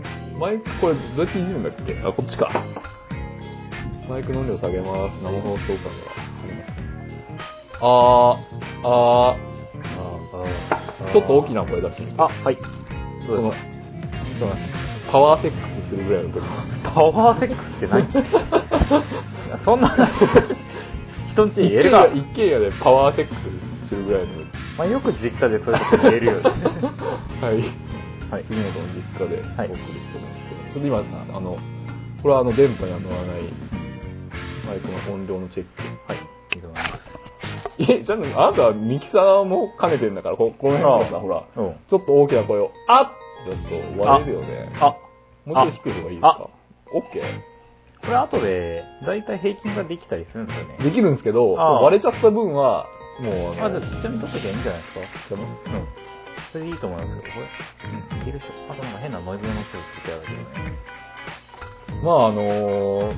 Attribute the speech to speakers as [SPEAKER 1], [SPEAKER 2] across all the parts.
[SPEAKER 1] これどうやっていじるんだっけあこっちかマイクの音量下げます生放送感がありますあーあーちょっと大きな声出してみて
[SPEAKER 2] あ、はい。
[SPEAKER 1] そのそのパワーセックスするぐらいの時
[SPEAKER 2] パワーセックスって何い やそんな話、人んちに言えるか。
[SPEAKER 1] 一軒家でパワーセックスするぐらいの
[SPEAKER 2] まあ、よく実家でそういうこと言え るよね。
[SPEAKER 1] はい。
[SPEAKER 2] はい
[SPEAKER 1] 杉本の実家でお送りして
[SPEAKER 2] はい
[SPEAKER 1] ますけど、ちょっと今さ、あの、これはあの電波には乗らないマイクの音量のチェック。
[SPEAKER 2] はい。いいと思います。
[SPEAKER 1] え、じゃあ、あなたはミキサーも兼ねてんだから、ここの辺のさ、ほら、
[SPEAKER 2] うん。
[SPEAKER 1] ちょっと大きな声を、あっちょっと割れるよね。
[SPEAKER 2] あ、
[SPEAKER 1] もうちょい低い方がいいですか
[SPEAKER 2] あ
[SPEAKER 1] ?OK?
[SPEAKER 2] これ後で、だいたい平均ができたりするんですよね。
[SPEAKER 1] できるんですけど、
[SPEAKER 2] あ
[SPEAKER 1] 割れちゃった分は、もう、
[SPEAKER 2] まあ、じゃあ、
[SPEAKER 1] ち
[SPEAKER 2] ちっちゃめに撮っときゃいいんじゃないですか。
[SPEAKER 1] ょっとね
[SPEAKER 2] うん。それでいいと思いますけど、これ、いける人、あとなんか変なノイズの音をつけてあるけどね。
[SPEAKER 1] まああの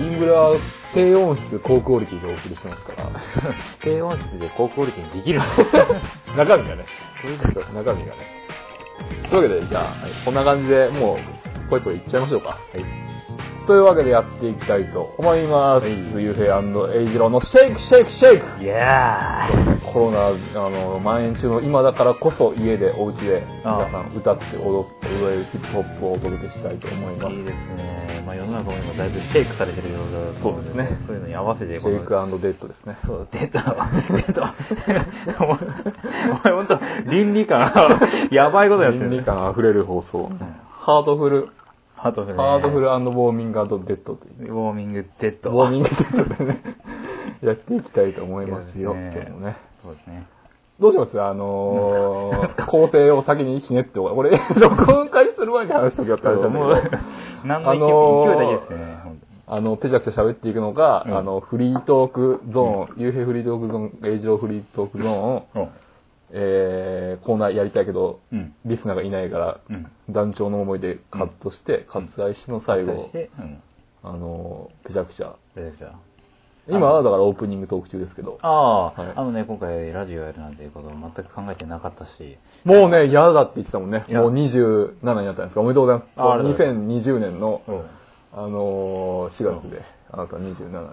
[SPEAKER 1] イングラ低音質高クオリティでお送りしてますから、
[SPEAKER 2] 低音質で高クオリティにで きるの
[SPEAKER 1] 中身がね、
[SPEAKER 2] そういうこと。
[SPEAKER 1] 中身がね。というわけで、じゃあ、こんな感じでもう、ぽいぽいいっちゃいましょうか。
[SPEAKER 2] はい。
[SPEAKER 1] というわけでやっていきたいと思います。
[SPEAKER 2] はい
[SPEAKER 1] ゆうへいエイジローのシェイクシェイクシェイク
[SPEAKER 2] いやー。
[SPEAKER 1] コロナ、あの、蔓延中の今だからこそ家で、お家で、
[SPEAKER 2] ああ
[SPEAKER 1] 皆さん歌って踊って踊れるヒップホップをお届けしたいと思います
[SPEAKER 2] いい。ですね。まあ、世の中も今だいぶシェイクされてる状況だと思の
[SPEAKER 1] そうですね
[SPEAKER 2] そういうのに合わせ
[SPEAKER 1] シェ
[SPEAKER 2] て
[SPEAKER 1] イクデッドですね。
[SPEAKER 2] そう、出た。出た。お前、お前ほんと、倫 理観、やばいことやってる、
[SPEAKER 1] 倫理観あふれる放送。ハートフル、
[SPEAKER 2] ハートフル、ね。
[SPEAKER 1] ハートフルウォーミングデッドという。
[SPEAKER 2] ウォーミングデッ
[SPEAKER 1] ウ
[SPEAKER 2] ド。
[SPEAKER 1] ォーミングデッドでね、やっていきたいと思いますよ、
[SPEAKER 2] いや
[SPEAKER 1] 今日もね。
[SPEAKER 2] そうですね。
[SPEAKER 1] どうしますあのー、構成を先にひねっておこう、俺、 録音開始する前に話しときゃって話なん
[SPEAKER 2] も
[SPEAKER 1] だ
[SPEAKER 2] う
[SPEAKER 1] けど、、
[SPEAKER 2] 何の勢い,、だけですね、ほんと
[SPEAKER 1] あの、ペチャクチャ喋っていくのか、
[SPEAKER 2] うん
[SPEAKER 1] あの、フリートークゾーン、幽閉フリートークゾーン、映像フリートークゾーン、えー、コーナーやりたいけど、
[SPEAKER 2] うん。
[SPEAKER 1] リスナーがいないから、
[SPEAKER 2] うん。
[SPEAKER 1] 団長の思いでカットして、
[SPEAKER 2] うん
[SPEAKER 1] 割愛しての最後
[SPEAKER 2] そし、て、うん。
[SPEAKER 1] あの、ペチャクチャ。
[SPEAKER 2] 大丈夫ですよ
[SPEAKER 1] 今はだからオープニングトーク中ですけど、
[SPEAKER 2] ああ、
[SPEAKER 1] はい
[SPEAKER 2] あのね、今回ラジオやるなんていうことを全く考えてなかったし、
[SPEAKER 1] もうね、嫌だって言ってたもんね。
[SPEAKER 2] いや
[SPEAKER 1] もう27になったんですか。おめでとうござい
[SPEAKER 2] ああ
[SPEAKER 1] ま
[SPEAKER 2] り
[SPEAKER 1] す。
[SPEAKER 2] がとうござい
[SPEAKER 1] 2020年の、
[SPEAKER 2] うん。
[SPEAKER 1] あのー、4月で、あなた27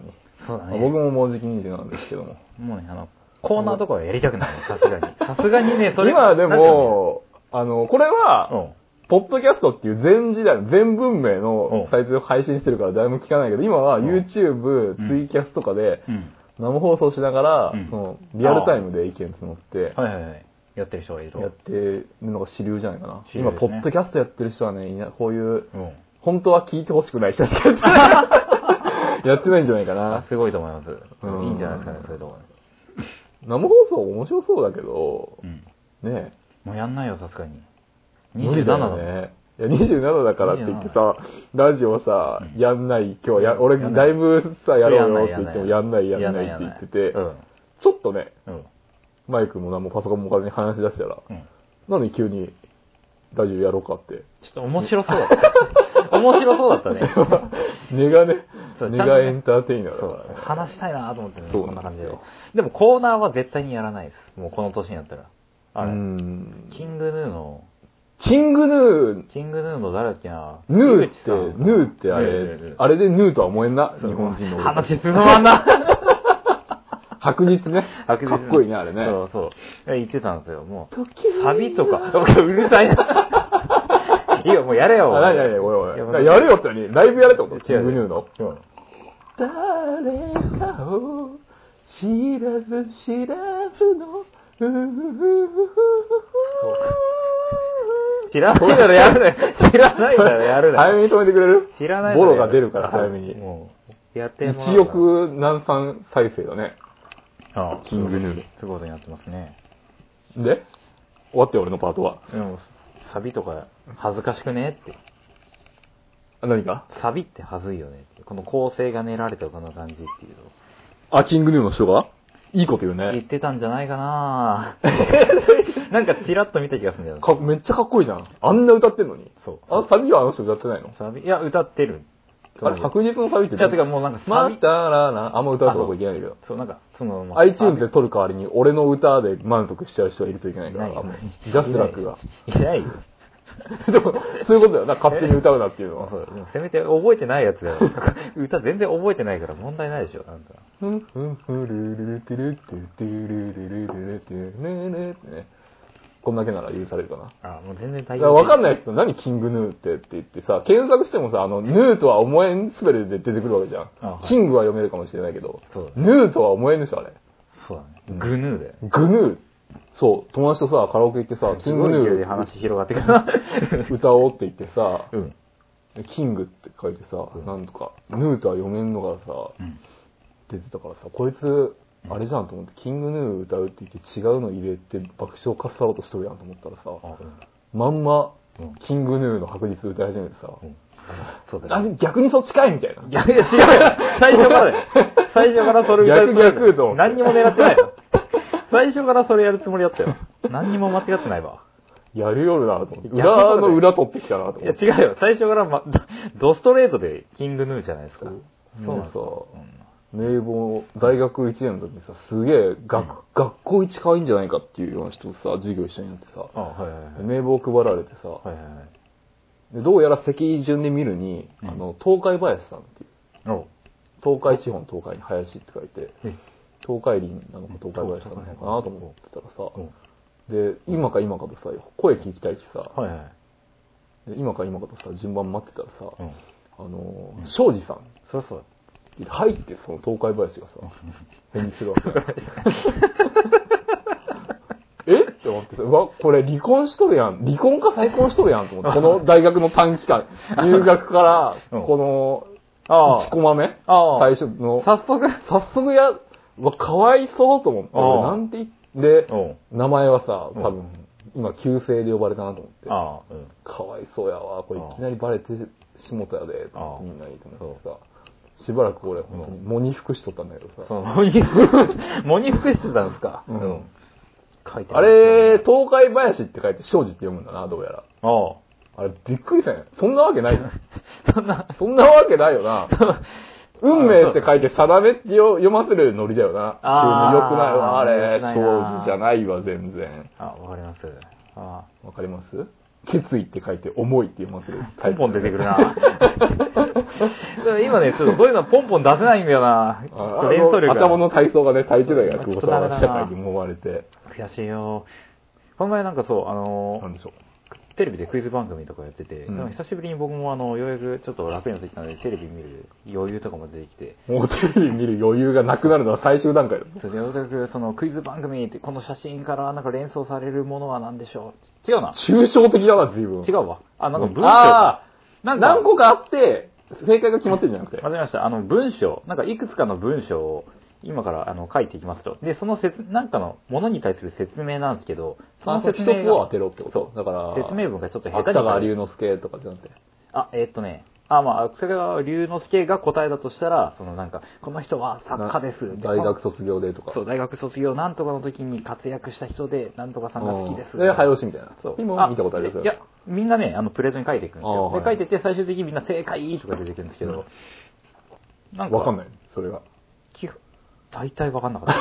[SPEAKER 1] に。
[SPEAKER 2] そう
[SPEAKER 1] ま
[SPEAKER 2] だ
[SPEAKER 1] あ
[SPEAKER 2] ね。
[SPEAKER 1] 僕ももうじき27ですけども。
[SPEAKER 2] もうね、あの、コーナーとかはやりたくない さすがに。さすがにね、それ
[SPEAKER 1] 今で
[SPEAKER 2] なんかね
[SPEAKER 1] も、あの、これは、ポッドキャストっていう全時代の、全文明
[SPEAKER 2] う
[SPEAKER 1] の
[SPEAKER 2] ん
[SPEAKER 1] サイトで配信してるから誰も聞かないけど、今は
[SPEAKER 2] うん
[SPEAKER 1] YouTube
[SPEAKER 2] うん、
[SPEAKER 1] ツイキャスとかで
[SPEAKER 2] うん。うん。
[SPEAKER 1] 生放送しながら
[SPEAKER 2] うん、
[SPEAKER 1] その、リアルタイムで意見募って、
[SPEAKER 2] はいはいはい。やってる人がいると。
[SPEAKER 1] やってるのが主流じゃないかな。
[SPEAKER 2] 主流で
[SPEAKER 1] 今、
[SPEAKER 2] すね
[SPEAKER 1] ポッドキャストやってる人はね、いなこういう、
[SPEAKER 2] うん。
[SPEAKER 1] 本当は聞いてほしくない人しかやって ない。やってないんじゃないか
[SPEAKER 2] あ
[SPEAKER 1] な、。
[SPEAKER 2] すごいと思います。
[SPEAKER 1] うん
[SPEAKER 2] いいんじゃないですかね、そういうところ
[SPEAKER 1] 生放送面白そうだけど、
[SPEAKER 2] うん。
[SPEAKER 1] ね
[SPEAKER 2] もうやんないよ、さすがに。
[SPEAKER 1] 無理
[SPEAKER 2] 27
[SPEAKER 1] だ
[SPEAKER 2] だ
[SPEAKER 1] よ
[SPEAKER 2] もん。
[SPEAKER 1] ね。いや、27だからって言ってさ、ラジオさ
[SPEAKER 2] う、ん
[SPEAKER 1] やんない、今日や、
[SPEAKER 2] うん
[SPEAKER 1] 俺
[SPEAKER 2] やんな
[SPEAKER 1] だ
[SPEAKER 2] い
[SPEAKER 1] いぶさ、やろうよって言っても、や
[SPEAKER 2] や
[SPEAKER 1] ん
[SPEAKER 2] ん
[SPEAKER 1] な、
[SPEAKER 2] ないい
[SPEAKER 1] やん
[SPEAKER 2] やん
[SPEAKER 1] な
[SPEAKER 2] ないい
[SPEAKER 1] って言って
[SPEAKER 2] や
[SPEAKER 1] て
[SPEAKER 2] んない、
[SPEAKER 1] ちょっとね、
[SPEAKER 2] うん。うん。
[SPEAKER 1] マイクも何もパソコンもお金に話し出したら、
[SPEAKER 2] うん。
[SPEAKER 1] なのに急に、ラジオやろうかって。
[SPEAKER 2] ちょっと面白そうだった。 面白そうだったね。
[SPEAKER 1] 根がね
[SPEAKER 2] そ、う
[SPEAKER 1] 根
[SPEAKER 2] ちゃんと
[SPEAKER 1] が
[SPEAKER 2] ね
[SPEAKER 1] エンターテイナーだ
[SPEAKER 2] そ
[SPEAKER 1] か
[SPEAKER 2] う
[SPEAKER 1] ら。ね。
[SPEAKER 2] 話したいなと思ってね、
[SPEAKER 1] そう
[SPEAKER 2] こんな感じで
[SPEAKER 1] なんで。
[SPEAKER 2] でもコーナーは絶対にやらないです。もうこの年になったら。あ
[SPEAKER 1] う
[SPEAKER 2] れ、
[SPEAKER 1] ん
[SPEAKER 2] キングヌーの、
[SPEAKER 1] キングヌー、
[SPEAKER 2] キングヌーの誰だっけな
[SPEAKER 1] ヌーって、
[SPEAKER 2] 井口さん
[SPEAKER 1] ヌーってあ
[SPEAKER 2] ヌーヌー
[SPEAKER 1] れ
[SPEAKER 2] ヌ、ー
[SPEAKER 1] あれでヌーとは思えんな、日本人の俺。
[SPEAKER 2] 話進まん な。
[SPEAKER 1] 白日ね。かっこいいね、あれね。
[SPEAKER 2] そうそう。言ってたんですよ、も
[SPEAKER 1] 時
[SPEAKER 2] う。サビとか、 うるさいな。 いいよ、もうやれよ。
[SPEAKER 1] あ、なになにおいおい。
[SPEAKER 2] いや
[SPEAKER 1] だ
[SPEAKER 2] も
[SPEAKER 1] か
[SPEAKER 2] う
[SPEAKER 1] らやれよってのに、ライブやれってことキ
[SPEAKER 2] 違う違う
[SPEAKER 1] ングニューの。
[SPEAKER 2] うん
[SPEAKER 1] 誰かを知らず知らずの、ううう
[SPEAKER 2] 知らないならやるなよ。知らないならやるな
[SPEAKER 1] 早
[SPEAKER 2] よ。
[SPEAKER 1] めに止めてくれる
[SPEAKER 2] 知らない
[SPEAKER 1] ボ
[SPEAKER 2] ならやる
[SPEAKER 1] ロが出るから早めに
[SPEAKER 2] もう、やってもらう
[SPEAKER 1] 1億何三再生だね。
[SPEAKER 2] ああ
[SPEAKER 1] キングヌー。
[SPEAKER 2] すごいことになってますね。
[SPEAKER 1] で終わって俺のパートは。
[SPEAKER 2] でも、サビとか恥ずかしくねって。
[SPEAKER 1] あ何か
[SPEAKER 2] サビって恥ずいよねって。この構成が練られたこの感じっていうのを
[SPEAKER 1] あ、キングヌーの人がいいこと言う
[SPEAKER 2] 言っ
[SPEAKER 1] ね。
[SPEAKER 2] てたんじゃないかななんかチラッと見た気がするんだよね。
[SPEAKER 1] かめっちゃかっこいいじゃん。あんな歌ってんのに。
[SPEAKER 2] そう。
[SPEAKER 1] あ、サビはあの人歌ってないの
[SPEAKER 2] サビいや、歌ってる。
[SPEAKER 1] あれ、確実のサビって
[SPEAKER 2] いや、てかもうなんかサ
[SPEAKER 1] ま
[SPEAKER 2] ビ、
[SPEAKER 1] たらな、あんま歌うとこいけないけど。
[SPEAKER 2] そう、なんか、その、まあ
[SPEAKER 1] iTunes で撮る代わりに俺の歌で満足しちゃう人がいるといけな
[SPEAKER 2] サ
[SPEAKER 1] い
[SPEAKER 2] ビい
[SPEAKER 1] か
[SPEAKER 2] ない
[SPEAKER 1] ら、
[SPEAKER 2] よ
[SPEAKER 1] もうジャスラックが。
[SPEAKER 2] いないよ。
[SPEAKER 1] でも、そういうことだよな、勝手に歌うなっていうの
[SPEAKER 2] そ
[SPEAKER 1] は。
[SPEAKER 2] うでもせめて覚えてないやつだよ。歌全然覚えてないから問題ないでしょ、あんた。
[SPEAKER 1] ふんふんふるるるてるてるてるるるるるてるるるってね。こんだけなら許されるかな。
[SPEAKER 2] あ、もう全然
[SPEAKER 1] い
[SPEAKER 2] 大。
[SPEAKER 1] やわかんないい人、何キングヌーってって言ってさ、検索してもさ、あの、ヌーとは思えんすべてで出てくるわけじゃん。
[SPEAKER 2] あはい
[SPEAKER 1] キングは読めるかもしれないけど、
[SPEAKER 2] そうだね。
[SPEAKER 1] ヌーとは思えんでしょ、あれ。
[SPEAKER 2] そうだね。グヌーだよ。
[SPEAKER 1] グヌー。そう、友達とさ、カラオケ行ってさ、キングヌ
[SPEAKER 2] すごい勢いで話広がってくる。
[SPEAKER 1] ー歌おうって言ってさ、
[SPEAKER 2] うん。
[SPEAKER 1] キングって書いてさ
[SPEAKER 2] う、ん
[SPEAKER 1] なんとか、ヌーとは読めんのがさ、
[SPEAKER 2] うん。
[SPEAKER 1] 出てたからさ、こいつ、あれじゃんと思って、キングヌー歌うって言って違うの入れて爆笑かっさろうとしとるやんと思ったらさ、
[SPEAKER 2] あ、
[SPEAKER 1] まんま
[SPEAKER 2] うん、
[SPEAKER 1] キングヌーの白日歌い始めてさ、
[SPEAKER 2] うん。そうだ
[SPEAKER 1] あ
[SPEAKER 2] ね。
[SPEAKER 1] 逆にそっちかいみたいな。
[SPEAKER 2] いやいや、違うよ。最初からだよ。 最初からそれ歌うつもりだよ
[SPEAKER 1] 逆逆と思って
[SPEAKER 2] 何にも狙ってないよ。 最初からそれやるつもりだったよ。何にも間違ってないわ。
[SPEAKER 1] やるよるなと思って。
[SPEAKER 2] 逆にそうだ
[SPEAKER 1] 裏
[SPEAKER 2] よ
[SPEAKER 1] の裏取ってきたなと
[SPEAKER 2] い
[SPEAKER 1] 思
[SPEAKER 2] や、
[SPEAKER 1] って。
[SPEAKER 2] 違うよ。最初から、ま、 ドストレートでキングヌーじゃないですか。
[SPEAKER 1] そう
[SPEAKER 2] なんですよ
[SPEAKER 1] うん名簿、大学1年の時にさ、すげえ学、学校一可愛いんじゃないかっていうような人とさ、授業一緒になってさ、
[SPEAKER 2] あ、はいはいはい。
[SPEAKER 1] 名簿を配られてさ、
[SPEAKER 2] はいはいはい。
[SPEAKER 1] でどうやら席順で見るに、
[SPEAKER 2] うん
[SPEAKER 1] あの、東海林さんっていう、
[SPEAKER 2] お
[SPEAKER 1] 東海地方の東海に林って書いて、
[SPEAKER 2] うん
[SPEAKER 1] 東海林なのか東海林なのかなと思ってたらさ、
[SPEAKER 2] お
[SPEAKER 1] で、今か今かとさ、声聞きたいしさ、
[SPEAKER 2] はいはい。
[SPEAKER 1] で今か今かとさ、順番待ってたらさ、
[SPEAKER 2] うん。
[SPEAKER 1] あのー
[SPEAKER 2] うん
[SPEAKER 1] 庄司さんって
[SPEAKER 2] そりゃそう
[SPEAKER 1] 言って入って、その東海林 がさ、返事するわけ。えって思ってさ、うわ、これ離婚しとるやん。離婚か再婚しとるやんと思って、この大学の短期 間、入学から、
[SPEAKER 2] うん
[SPEAKER 1] こ
[SPEAKER 2] だ。
[SPEAKER 1] の、1コマ目、
[SPEAKER 2] ああ。
[SPEAKER 1] 最初の、
[SPEAKER 2] 早速。
[SPEAKER 1] 早速や、うわ、かわいそうと思って、
[SPEAKER 2] ああ
[SPEAKER 1] 俺なんて言って、
[SPEAKER 2] お
[SPEAKER 1] 名前はさ、
[SPEAKER 2] うん
[SPEAKER 1] 多分、今、旧姓で呼ばれたなと思って、
[SPEAKER 2] ああ、うん。
[SPEAKER 1] かわいそうやわ、これい
[SPEAKER 2] ああ
[SPEAKER 1] きなりバレてしもたやで、と
[SPEAKER 2] あ
[SPEAKER 1] 思っ
[SPEAKER 2] あ
[SPEAKER 1] てみんなにと思ってさ、しばらく俺、本当に、喪に服しとったんだけどさ、
[SPEAKER 2] その、モニフ、モニフクしてたんですか。
[SPEAKER 1] うん。
[SPEAKER 2] 書いて
[SPEAKER 1] あれ、東海林って書いて、庄司って読むんだな、どうやら。
[SPEAKER 2] ああ。
[SPEAKER 1] あれ、びっくりしたね。そんなわけ ない。
[SPEAKER 2] そんな、
[SPEAKER 1] そんなわけないよな。運命って書いて、定めってよ読ませるノリだよな。
[SPEAKER 2] あー
[SPEAKER 1] よくないわ、あれ。
[SPEAKER 2] 良くないな
[SPEAKER 1] 庄司じゃないわ、全然。
[SPEAKER 2] あ、わかります。あ
[SPEAKER 1] わかります決意って書いて、思いって読ませる
[SPEAKER 2] あ。
[SPEAKER 1] タ
[SPEAKER 2] ポ
[SPEAKER 1] イ
[SPEAKER 2] ン
[SPEAKER 1] プ。
[SPEAKER 2] ポン出てくる な。でも今ね、ちょっとそういうのポンポン出せないんだよな。ちょっ
[SPEAKER 1] あ
[SPEAKER 2] と
[SPEAKER 1] あ
[SPEAKER 2] 連想
[SPEAKER 1] の
[SPEAKER 2] 力が
[SPEAKER 1] 頭の体操がね、体育大が久保さん
[SPEAKER 2] ち
[SPEAKER 1] が
[SPEAKER 2] ょっとダメだな
[SPEAKER 1] 社会に揉まれて、
[SPEAKER 2] 悔しいよ。この前なんかそう、あの
[SPEAKER 1] なんでしょう。
[SPEAKER 2] テレビでクイズ番組とかやってて、
[SPEAKER 1] うん
[SPEAKER 2] なんか久しぶりに僕もあの、ようやくちょっと楽になってきたので、テレビ見る余裕とかも出てきて、
[SPEAKER 1] もうテレビ見る余裕がなくなるのは最終段階だ。
[SPEAKER 2] それでようやくそのクイズ番組って、この写真からなんか連想されるものは何でしょう違うな。
[SPEAKER 1] 抽象的だな、随分。
[SPEAKER 2] 違うわ。あ、なんか文章
[SPEAKER 1] あ
[SPEAKER 2] か。
[SPEAKER 1] ー何個かあって、正解が決まってるんじゃなくて
[SPEAKER 2] わか。りました。あの、文章、なんかいくつかの文章を今からあの書いていきますと。で、その説、なんかのものに対する説明なんですけど、そ
[SPEAKER 1] あ
[SPEAKER 2] の
[SPEAKER 1] そ
[SPEAKER 2] 説
[SPEAKER 1] 一つ
[SPEAKER 2] 明
[SPEAKER 1] を当
[SPEAKER 2] が、
[SPEAKER 1] てろってことだから、
[SPEAKER 2] 説明文がちょっと下
[SPEAKER 1] 芥
[SPEAKER 2] 手にな
[SPEAKER 1] 川
[SPEAKER 2] る
[SPEAKER 1] 龍之介とかじゃなくて。
[SPEAKER 2] あ、えーっとね、あ、まあ、芥川龍之介が答えだとしたら、そのなんか、この人は作家です。で
[SPEAKER 1] 大学卒業でとか。
[SPEAKER 2] そう、大学卒業なんとかの時に活躍した人で、なんとかさんが好きです。
[SPEAKER 1] うんで、早押しみたいな。
[SPEAKER 2] そう。
[SPEAKER 1] 今見たことあります
[SPEAKER 2] いや、みんなね、あの、プレートに書いていくんです
[SPEAKER 1] ああ
[SPEAKER 2] よ。
[SPEAKER 1] はい
[SPEAKER 2] で、書いてって、最終的にみんな正解とか出てくるんですけど、なんか、
[SPEAKER 1] わかんない。それが。
[SPEAKER 2] 基本大体わかんなかっ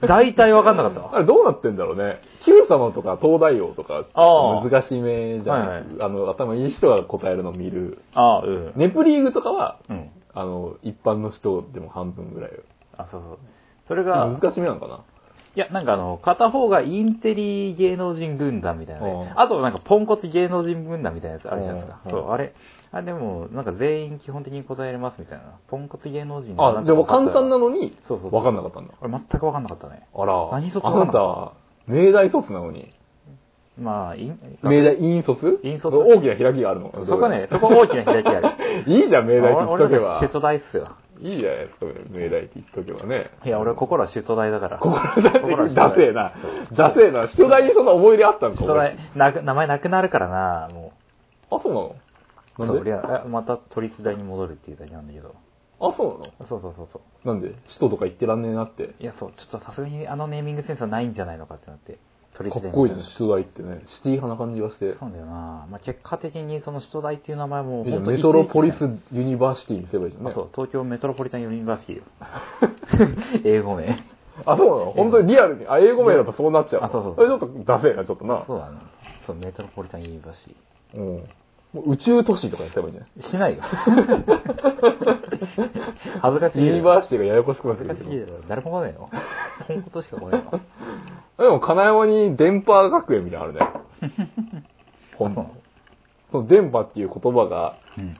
[SPEAKER 2] た。 大体わかんなかった
[SPEAKER 1] あ
[SPEAKER 2] わ。
[SPEAKER 1] れどうなってんだろうね。Q 様とか東大王とか、
[SPEAKER 2] あー
[SPEAKER 1] 難しめじゃな
[SPEAKER 2] はいはい
[SPEAKER 1] く、あの、頭いい人が答えるの見る。
[SPEAKER 2] ああ、うん。
[SPEAKER 1] ネプリーグとかは、
[SPEAKER 2] うん。
[SPEAKER 1] あの、一般の人でも半分ぐらい。
[SPEAKER 2] あ、そうそう。それが、
[SPEAKER 1] 難しめなのかない
[SPEAKER 2] や、なんかあの、片方がインテリ芸能人軍団みたいなね。
[SPEAKER 1] うん
[SPEAKER 2] あとなんかポンコツ芸能人軍団みたいなやつあるじゃないですか。
[SPEAKER 1] うん
[SPEAKER 2] そ
[SPEAKER 1] うん
[SPEAKER 2] う、あれ。あれでも、なんか全員基本的に答えれますみたいな。ポンコツ芸能人
[SPEAKER 1] あ、でも簡単なのに、
[SPEAKER 2] そうそうそう
[SPEAKER 1] わかんなかったんだ。
[SPEAKER 2] 俺全くわかんなかったね。
[SPEAKER 1] あら、あ
[SPEAKER 2] 何卒わかん
[SPEAKER 1] な
[SPEAKER 2] な
[SPEAKER 1] たは、明大卒なのに、
[SPEAKER 2] まあ、いん
[SPEAKER 1] 明大院卒
[SPEAKER 2] 院卒
[SPEAKER 1] 大きな開きがあるの。
[SPEAKER 2] そこね、そこ大きな開き ある。
[SPEAKER 1] いいじゃん、明大って言
[SPEAKER 2] 俺
[SPEAKER 1] っとけ
[SPEAKER 2] 俺ら
[SPEAKER 1] ば
[SPEAKER 2] 瀬。戸大っすよ。
[SPEAKER 1] いいじゃないですか、明大って言っとけばね。
[SPEAKER 2] いや、俺心は首都大だから。
[SPEAKER 1] 心だ
[SPEAKER 2] 心
[SPEAKER 1] って、
[SPEAKER 2] は首都
[SPEAKER 1] ダセえな。ダセえな。人大にそんな思い入れあったんか
[SPEAKER 2] 首都大、なく名前なくなるからな、も
[SPEAKER 1] 俺あ、そう
[SPEAKER 2] う。
[SPEAKER 1] なのなん
[SPEAKER 2] そうい
[SPEAKER 1] で
[SPEAKER 2] や、また都立大に戻るっていうだけなんだけど。
[SPEAKER 1] あ、そうなの
[SPEAKER 2] そうそうそうそう。
[SPEAKER 1] なんで首都とか行ってらんねえなって。
[SPEAKER 2] いや、そう、ちょっとさすがにあのネーミングセンスはないんじゃないのかってなって。都立
[SPEAKER 1] か
[SPEAKER 2] 大に
[SPEAKER 1] っこいいじゃん、首都大ってね。シティ派な感じがして。
[SPEAKER 2] そうだよな。まあ、結果的にその首都大っていう名前も、
[SPEAKER 1] いいじゃん
[SPEAKER 2] ほんと
[SPEAKER 1] メトロポリス
[SPEAKER 2] 一時期
[SPEAKER 1] ユニバーシティにすればいいじゃん
[SPEAKER 2] ね。
[SPEAKER 1] ね
[SPEAKER 2] あ、。そう、東京メトロポリタンユニバーシテ ィよ。英語名。
[SPEAKER 1] あ、そうなの本当にリアルに。あ、英語名だとそうなっちゃうの。
[SPEAKER 2] あそうそう
[SPEAKER 1] それちょっとダセえな、ちょっとな。
[SPEAKER 2] そうだね。そう、メトロポリタンユニバーシ
[SPEAKER 1] うん。もう宇宙都市とかやった方がいいんじゃない
[SPEAKER 2] ティ。し ないよ。恥ずかしいよ。
[SPEAKER 1] ユニバーシティがややこしくなって
[SPEAKER 2] 恥
[SPEAKER 1] く
[SPEAKER 2] ずかしい
[SPEAKER 1] る
[SPEAKER 2] よ。誰も来ないよ。本当しか来ないよ。
[SPEAKER 1] でも金山に電波学園みたいなのあるね 本
[SPEAKER 2] あ
[SPEAKER 1] その電波っていう言葉が
[SPEAKER 2] うん。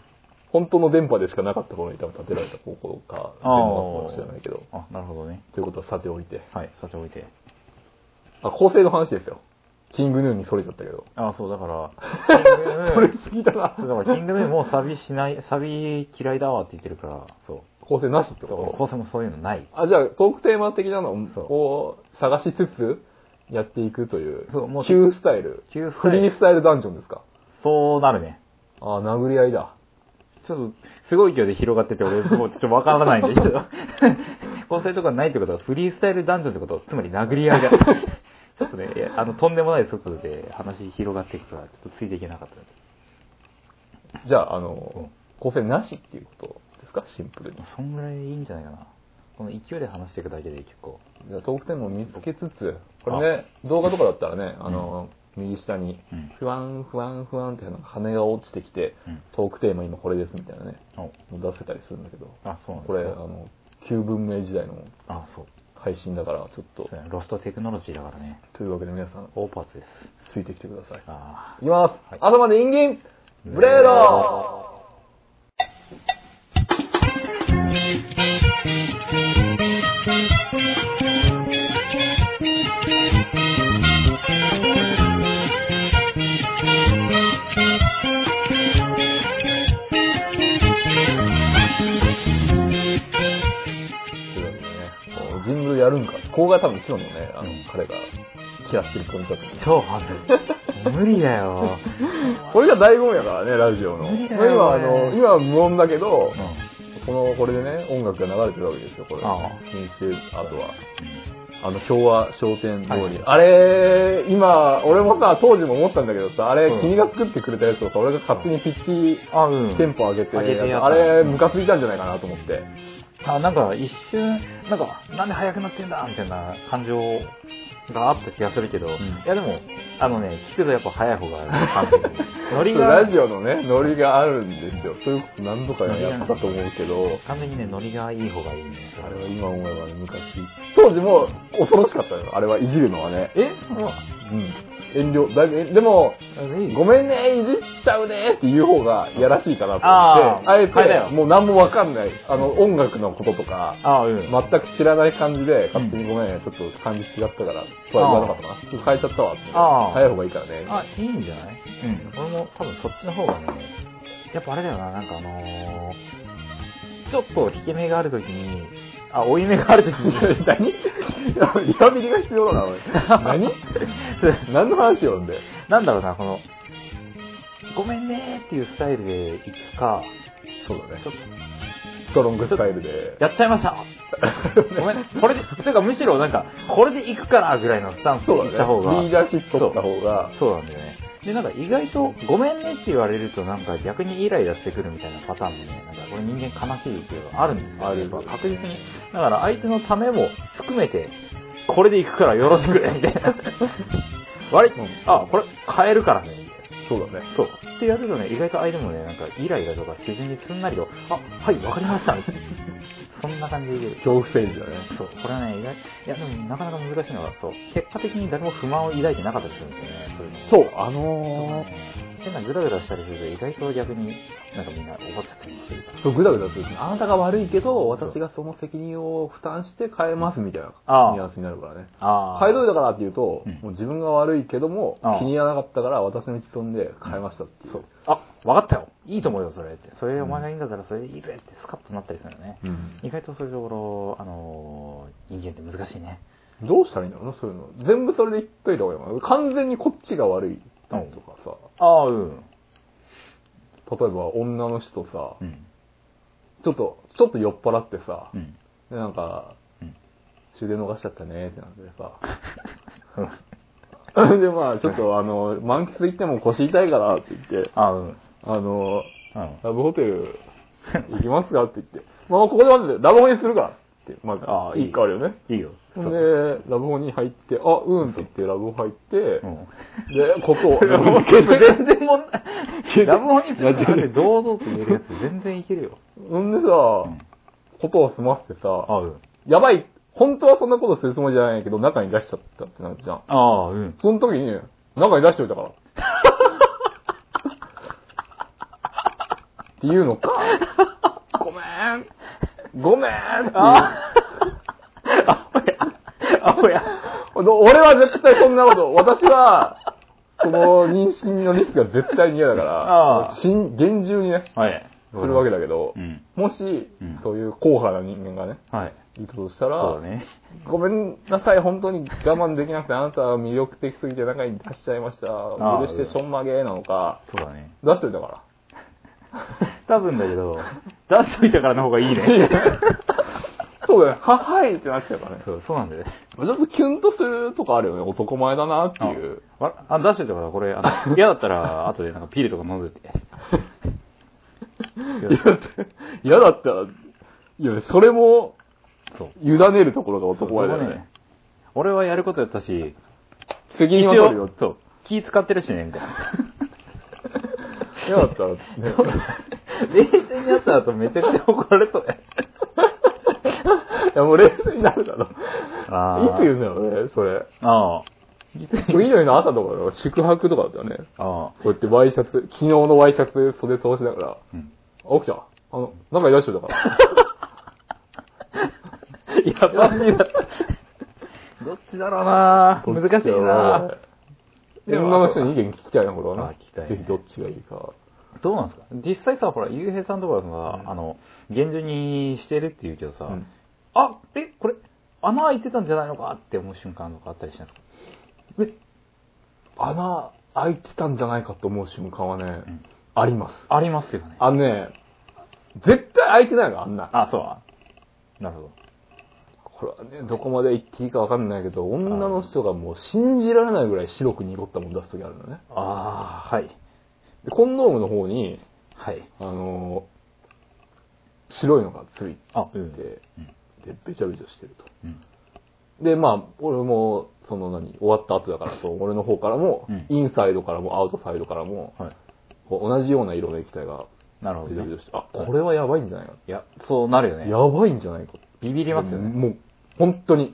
[SPEAKER 1] 本当の電波でしかなかった頃に多分建てられた高校か電
[SPEAKER 2] あ
[SPEAKER 1] 波学園かもしれないけど
[SPEAKER 2] あ、なるほどね。
[SPEAKER 1] ということはさておいて
[SPEAKER 2] はい、さておいて。
[SPEAKER 1] あ構成の話ですよキングヌーにそれちゃったけど、
[SPEAKER 2] あ、そう、だから、
[SPEAKER 1] それ過ぎたな
[SPEAKER 2] そうだから、キングヌーもうサビし ない、サビ嫌いだわって言ってるから、そ
[SPEAKER 1] 構成なしって
[SPEAKER 2] う。そう、
[SPEAKER 1] こ
[SPEAKER 2] 構成もそういうのない。
[SPEAKER 1] とあじゃあトークテーマ的なの
[SPEAKER 2] そう
[SPEAKER 1] を探しつつやっていくという
[SPEAKER 2] そうもう
[SPEAKER 1] 旧スタイル
[SPEAKER 2] 旧スタ
[SPEAKER 1] フ
[SPEAKER 2] イル
[SPEAKER 1] リースタイルダンジョンですか
[SPEAKER 2] そうなるね。
[SPEAKER 1] ああ殴り合いだ
[SPEAKER 2] ちょっと、すごい勢いで広がってて、 俺、もうちょっとわからないんですけど。 構成とかないってことは、フリースタイルダンジョンってこと、つまり殴り合 いが。ちょっとね、いやあの、とんでもない速度で話広がっていくから、ちょっとついていけなかったです。
[SPEAKER 1] じゃああ
[SPEAKER 2] うん
[SPEAKER 1] の構成なしっていうことですかシンプルに
[SPEAKER 2] そんぐらいいいんじゃないかな。この勢いで話していくだけで結構。
[SPEAKER 1] じゃあトークテーマを見つけつつこれね動画とかだったらねあの、右下に
[SPEAKER 2] うん
[SPEAKER 1] ふわんふわんふわんってなんか羽が落ちてきて、
[SPEAKER 2] うん
[SPEAKER 1] トークテーマ今これですみたいなね出せたりするんだけど
[SPEAKER 2] あ、そうなん
[SPEAKER 1] これあの9文明時代の
[SPEAKER 2] あ、そう。
[SPEAKER 1] 配信だからちょっと
[SPEAKER 2] そうねロストテクノロジーだからね。
[SPEAKER 1] というわけで皆さん
[SPEAKER 2] オーパスです。
[SPEAKER 1] ついてきてください
[SPEAKER 2] あ
[SPEAKER 1] いきます、
[SPEAKER 2] はい
[SPEAKER 1] 朝までインギンブレードというわけでねこう神宮やるんかここが多分一番のねあの、
[SPEAKER 2] うん
[SPEAKER 1] 彼が嫌ってるポイントだと思う
[SPEAKER 2] ー超ハズ い。無理だよ。
[SPEAKER 1] これが醍醐味やからね、ラジオの。
[SPEAKER 2] 無理だ
[SPEAKER 1] 今
[SPEAKER 2] よ
[SPEAKER 1] はあ
[SPEAKER 2] ね
[SPEAKER 1] の、今は無音だけど
[SPEAKER 2] う、ん。うん
[SPEAKER 1] この、これでね、音楽が流れてるわけですよ、これ。
[SPEAKER 2] ああ
[SPEAKER 1] 禁止あとは、あの、昭和商店通り。
[SPEAKER 2] はい
[SPEAKER 1] あれ、今、俺もさ、当時も思ったんだけどさ、あれ、
[SPEAKER 2] うん
[SPEAKER 1] 君が作ってくれたやつをさ、俺が勝手にピッチ、
[SPEAKER 2] あ、うん。
[SPEAKER 1] テンポ上げて、
[SPEAKER 2] 上げてやった
[SPEAKER 1] あれ、ムカついたんじゃないかなと思って。
[SPEAKER 2] あ、なんか一瞬、なんか、なんで速くなってんだみたいな感情があった気がするけど、いやでも、あのね、聞くとやっぱ速い方が完璧に、 ノリが、
[SPEAKER 1] ラジオのね、ノリがあるんですよ。そういうこと何度かやったと思うけど、
[SPEAKER 2] 完全にね、ノリがいい方がいいね。
[SPEAKER 1] あれは今思えばね、昔。当時も恐ろしかったよ、あれはいじるのはね。
[SPEAKER 2] え
[SPEAKER 1] うん。遠慮、だいぶ遠、でも、
[SPEAKER 2] うん。
[SPEAKER 1] ごめんね、いじっちゃうねっていう方が、やらしいかなと思って、
[SPEAKER 2] あー
[SPEAKER 1] あえ
[SPEAKER 2] 変えたよ
[SPEAKER 1] て、もう何もわかんない、あの、音楽のこととか、
[SPEAKER 2] あ、うん。
[SPEAKER 1] 全く知らない感じで、勝手にごめんね、ちょっと感じ違ったから、とは言わなかったかな。ちょっと変えちゃったわって。
[SPEAKER 2] あー
[SPEAKER 1] 早い方がいいからね。
[SPEAKER 2] あ、いいんじゃないうん。俺も多分そっちの方がね、やっぱあれだよな、なんかあのー、ちょっと引け目があるときに、あ、追い目があるときに、
[SPEAKER 1] 何リハビリが必要だな、おい 何何の話をんで。
[SPEAKER 2] なんだろうな、この、ごめんねーっていうスタイルで行くか、
[SPEAKER 1] そうだね
[SPEAKER 2] ちょ。っ
[SPEAKER 1] ストロングスタイルで
[SPEAKER 2] と、。やっちゃいましたごめん、これで、てかむしろなんか、これで行くからぐらいのスタンス で
[SPEAKER 1] そう
[SPEAKER 2] 行
[SPEAKER 1] だね。
[SPEAKER 2] った方が、
[SPEAKER 1] リーダーシップ取った方が、
[SPEAKER 2] そうなんだよね。で、なんか意外と、ごめんねって言われると、なんか逆にイライラしてくるみたいなパターンもね、なんかこれ人間悲しいっていうのがあるんですよ、
[SPEAKER 1] ある
[SPEAKER 2] やっぱ確実に。だから相手のためも含めて、これで行くからよろしくね、みたいな。悪い、あ、これ変えるからね、みたいな。
[SPEAKER 1] そうだね。
[SPEAKER 2] そう。ってやるとね、意外と相手もね、なんかイライラとか自然にすんなりと、あ、はい、わかりました、みたいな。そんな感じでいける。
[SPEAKER 1] 恐怖政治だね。
[SPEAKER 2] そう、これはね、意外、いや、でもなかなか難しいのが、そう、結果的に誰も不満を抱いてなかったりするんですよね、そういうの。
[SPEAKER 1] そう、あの
[SPEAKER 2] 変なグダグダしたりすると意外と逆になんかみんな怒っちゃったりもするから
[SPEAKER 1] ー、そう、ぐだぐだする。あなたが悪いけど、私がその責任を負担して変えますみたいな
[SPEAKER 2] ああ
[SPEAKER 1] ニュアンスになるからね。
[SPEAKER 2] あ
[SPEAKER 1] 変えといたからって言うと、
[SPEAKER 2] うん
[SPEAKER 1] もう自分が悪いけども
[SPEAKER 2] ああ、
[SPEAKER 1] 気に入らなかったから私の一存で変えましたっていう。
[SPEAKER 2] そうあ分かったよいいと思うよそれってそれお前がいいんだったらそれでいいぜってスカッとなったりするよね、
[SPEAKER 1] うん
[SPEAKER 2] 意外とそういうところあのー人間って難しいね
[SPEAKER 1] どうしたらいいんだろうな、そういうの。全部それで言っといた方がいいのかな。完全にこっちが悪い時とかさ、
[SPEAKER 2] ああうん
[SPEAKER 1] 例えば女の人さ、
[SPEAKER 2] うん
[SPEAKER 1] ちょっと、ちょっと酔っ払ってさ、
[SPEAKER 2] うん
[SPEAKER 1] でなんか、
[SPEAKER 2] うん
[SPEAKER 1] 終電逃しちゃったねってなってさ、 で、まあ、ちょっと、あの、満喫行っても腰痛いからって言って、
[SPEAKER 2] ああうん
[SPEAKER 1] あの、
[SPEAKER 2] うん
[SPEAKER 1] ラブホテル行きますかって言って、まあ、ここで待ってて、ラブホにするから。って、まあ、あー一個あるよね。
[SPEAKER 2] いいよ。
[SPEAKER 1] で、ラブホに入って、あ、うんって言って、ラブホ入って
[SPEAKER 2] う、ん。
[SPEAKER 1] で、ここ、
[SPEAKER 2] 全然問題。 ラブホにす
[SPEAKER 1] いや違う
[SPEAKER 2] る堂々と言えるやつ全然いけるよ。
[SPEAKER 1] うんでさ、ことを済ませてさ、
[SPEAKER 2] あ、うん。
[SPEAKER 1] やばい、本当はそんなことするつもりじゃないんやけど、中に出しちゃったってなるじゃん。
[SPEAKER 2] ああ、うん。
[SPEAKER 1] その時に、中に出しといた から。っていうのか、ごめん、ごめんっていう。
[SPEAKER 2] あほや。あほや。
[SPEAKER 1] 俺は絶対そんなこと、私は、この妊娠のリスクが絶対に嫌だか
[SPEAKER 2] あ
[SPEAKER 1] ら
[SPEAKER 2] あ、
[SPEAKER 1] しん厳重にね、
[SPEAKER 2] はい。
[SPEAKER 1] するわけだけど、
[SPEAKER 2] うん。
[SPEAKER 1] もし
[SPEAKER 2] うん、
[SPEAKER 1] そういう硬派な人間がね、
[SPEAKER 2] はい。
[SPEAKER 1] いたとした
[SPEAKER 2] そうだ
[SPEAKER 1] ら、
[SPEAKER 2] ね。
[SPEAKER 1] ごめんなさい、本当に我慢できなくて、あなたは魅力的すぎて中に出しちゃいました。
[SPEAKER 2] ああ
[SPEAKER 1] 許してちょんまげなのか、
[SPEAKER 2] そうだね。
[SPEAKER 1] 出しといたか
[SPEAKER 2] 多分だけど、出しといたからの方がいいね。
[SPEAKER 1] ら。 そうだね、は、はいってなっちゃうからね。
[SPEAKER 2] そう、そうなんだよね。
[SPEAKER 1] ちょっとキュンとするとかあるよね、男前だなっていう。
[SPEAKER 2] あらあ、出しといたから、これ、あ の、嫌だったら、後でなんかピールとか飲んで て。
[SPEAKER 1] 嫌だって嫌だったら、いや、それも、
[SPEAKER 2] そう。
[SPEAKER 1] 委ねるところが男前だよ
[SPEAKER 2] そこ
[SPEAKER 1] ね。
[SPEAKER 2] 俺はやることやったし、
[SPEAKER 1] 責
[SPEAKER 2] 一
[SPEAKER 1] 任は取るよ
[SPEAKER 2] 応、。そう。気使ってるしね、みたいな。
[SPEAKER 1] 嫌だったら、ね、
[SPEAKER 2] 冷静にやった後めちゃくちゃ怒られそうや。
[SPEAKER 1] いや、もう冷静になるだろ。い
[SPEAKER 2] あー
[SPEAKER 1] つ言うんだろうね、それ。
[SPEAKER 2] ああ。
[SPEAKER 1] 次の日の朝とかだろ、宿泊とかだったよね。
[SPEAKER 2] ああ。
[SPEAKER 1] こうやってワイシャツ、昨日のワイシャツ袖通しながら、
[SPEAKER 2] うん。
[SPEAKER 1] あ、起きたあの、なんかいらっしゃるだから。
[SPEAKER 2] やばすぎだ。どっちだろうな難しいな
[SPEAKER 1] 女の人に意見聞きたいな、これはな。
[SPEAKER 2] あ聞きたい
[SPEAKER 1] ぜひどっちがいいか。
[SPEAKER 2] どうなんですか実際さ、ほら、ゆうへいさんとかはさ、
[SPEAKER 1] うん
[SPEAKER 2] あの、厳重にしてるって言うけどさ、
[SPEAKER 1] うん
[SPEAKER 2] あ、え、これ、穴開いてたんじゃないのかって思う瞬間とかあったりしないですか
[SPEAKER 1] 穴開いてたんじゃないかと思う瞬間はね、
[SPEAKER 2] うん
[SPEAKER 1] あります。
[SPEAKER 2] ありますよね。
[SPEAKER 1] あのね、絶対開いてないの、あんな。
[SPEAKER 2] あ、そう。なるほど。
[SPEAKER 1] これはね、どこまで言っていいかわかんないけど、女の人がもう信じられないぐらい白く濁ったもの出す時あるのね。
[SPEAKER 2] ああ、はい。
[SPEAKER 1] で、コンドームの方に、
[SPEAKER 2] はい。
[SPEAKER 1] あのー白いのがついて
[SPEAKER 2] あ、う
[SPEAKER 1] で
[SPEAKER 2] ん。
[SPEAKER 1] で、べちゃべちゃしてると。
[SPEAKER 2] うん
[SPEAKER 1] で、まあ、俺も、その何、終わった後だからと、 俺の方からも、
[SPEAKER 2] うん
[SPEAKER 1] インサイドからもアウトサイドからも、
[SPEAKER 2] はい。
[SPEAKER 1] こう同じような色の液体が、
[SPEAKER 2] なるほ
[SPEAKER 1] べち
[SPEAKER 2] ど、
[SPEAKER 1] ゃべ
[SPEAKER 2] ね
[SPEAKER 1] ちゃ。して、あ、これはやばいんじゃないか。
[SPEAKER 2] いや、そうなるよね。
[SPEAKER 1] やばいんじゃないか。
[SPEAKER 2] ビビりますよね。
[SPEAKER 1] もう、本当に。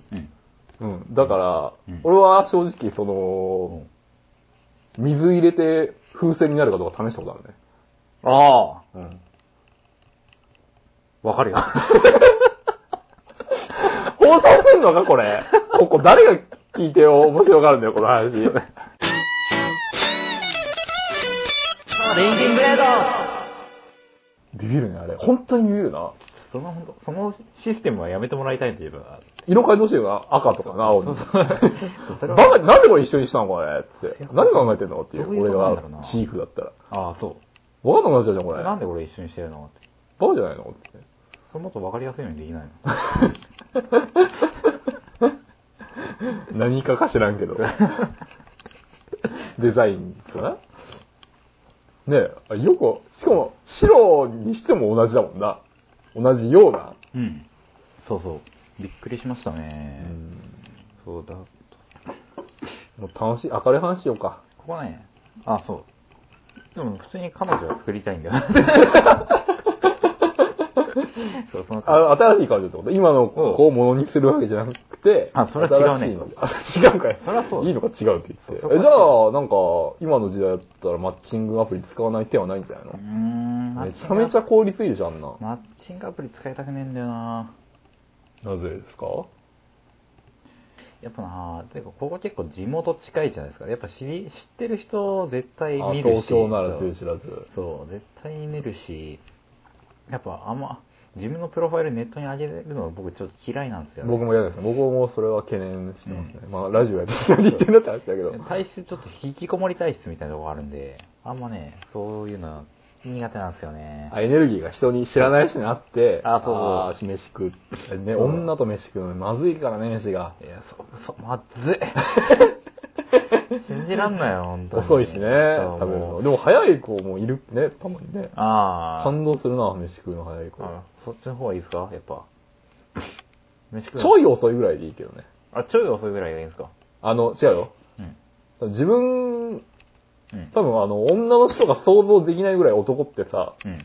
[SPEAKER 2] うん。
[SPEAKER 1] うん。だから、
[SPEAKER 2] うん
[SPEAKER 1] 俺は正直、その、水入れて風船になるかどうか試したことあるね。
[SPEAKER 2] あ
[SPEAKER 1] うん。
[SPEAKER 2] あ、わかるよ。
[SPEAKER 1] 放送すんのか、こ れ。ここ、誰が聞いてよ、面白がるんだよ、この話。
[SPEAKER 2] レンキングレード
[SPEAKER 1] ビビるね、あれ。本当にビビるな。
[SPEAKER 2] その、本当そのシステムはやめてもらいたいといえば、
[SPEAKER 1] 色変えてほしいよな。赤とかな、青に。
[SPEAKER 2] それ
[SPEAKER 1] バ
[SPEAKER 2] は、
[SPEAKER 1] カなんでこれ一緒にしたのこれって。何考えてんのっていう。
[SPEAKER 2] どういうこ
[SPEAKER 1] 俺
[SPEAKER 2] となんだ
[SPEAKER 1] が
[SPEAKER 2] ろうな
[SPEAKER 1] チーフだったら。
[SPEAKER 2] ああ、そう。
[SPEAKER 1] わかんなくなっちゃうじゃん、これ。
[SPEAKER 2] なんで俺一緒にしてるのって。
[SPEAKER 1] バカじゃないのって。
[SPEAKER 2] それもっとわかりやすいようにできないの
[SPEAKER 1] 何かか知らんけど。 デザインかなねえ、よく、しかも、白にしても同じだもんな。同じような。
[SPEAKER 2] うん。そうそう。びっくりしました
[SPEAKER 1] う
[SPEAKER 2] ね。
[SPEAKER 1] ん。
[SPEAKER 2] そうだ。こ
[SPEAKER 1] もう楽しい、明るい話しようか。
[SPEAKER 2] こね、あ、そう。でも普通に彼女は作りたいんだよ。 そう、その
[SPEAKER 1] あ新しい彼女ってこと今の子をものにするわけじゃなくて、
[SPEAKER 2] あそれは違うね
[SPEAKER 1] 新しいのあ違うかい。
[SPEAKER 2] それはそうだ
[SPEAKER 1] いいのか違うって言
[SPEAKER 2] そ
[SPEAKER 1] っ
[SPEAKER 2] こ
[SPEAKER 1] て。
[SPEAKER 2] は
[SPEAKER 1] えじゃあ、なんか、今の時代だったらマッチングアプリ使わない手はないんじゃないう
[SPEAKER 2] ー
[SPEAKER 1] の
[SPEAKER 2] ん。
[SPEAKER 1] めちゃめちゃ効率いいじゃんな。
[SPEAKER 2] マッチングアプリ使いたくねえんだよな
[SPEAKER 1] なぜですか
[SPEAKER 2] やっぱなていうか、ここ結構地元近いじゃないですか。やっぱ知り、知ってる人絶対
[SPEAKER 1] あ
[SPEAKER 2] 見るし。
[SPEAKER 1] 東京なら
[SPEAKER 2] そう
[SPEAKER 1] つゆ知らず。
[SPEAKER 2] そう、絶対に見るし、やっぱあんま、自分のプロファイルネットに上げるのは僕ちょっと嫌いなんですよ、ね。
[SPEAKER 1] 僕も嫌ですね。僕もそれは懸念してますね。まあ、ラジオやってきたら言ってんだって話だけど。
[SPEAKER 2] 体質ちょっと引きこもり体質みたいなとこがあるんで、あんまね、そういうのは苦手なんですよね。
[SPEAKER 1] エネルギーが人に知らない人にあって、
[SPEAKER 2] あそう
[SPEAKER 1] あー飯食う。ね、
[SPEAKER 2] そう
[SPEAKER 1] 女と飯食うのまずいからね、飯が。
[SPEAKER 2] い、や、そ、そ、まっずい。 信じらんないよ、 本当に。
[SPEAKER 1] 遅いしね、
[SPEAKER 2] そう
[SPEAKER 1] 食べる
[SPEAKER 2] も
[SPEAKER 1] の。
[SPEAKER 2] う
[SPEAKER 1] でも早い子もいるね、たまにね。
[SPEAKER 2] あー
[SPEAKER 1] 感動するな、飯食うの早い子。
[SPEAKER 2] あ。そっちの方がいいですかやっぱ。飯食う
[SPEAKER 1] ちょい遅いぐらいでいいけどね。
[SPEAKER 2] あ、ちょい遅いぐらいがいいんですか
[SPEAKER 1] あの、違うよ。
[SPEAKER 2] うん。
[SPEAKER 1] 自分、
[SPEAKER 2] うん。
[SPEAKER 1] 多分あの、女の人が想像できないぐらい男ってさ、
[SPEAKER 2] うん。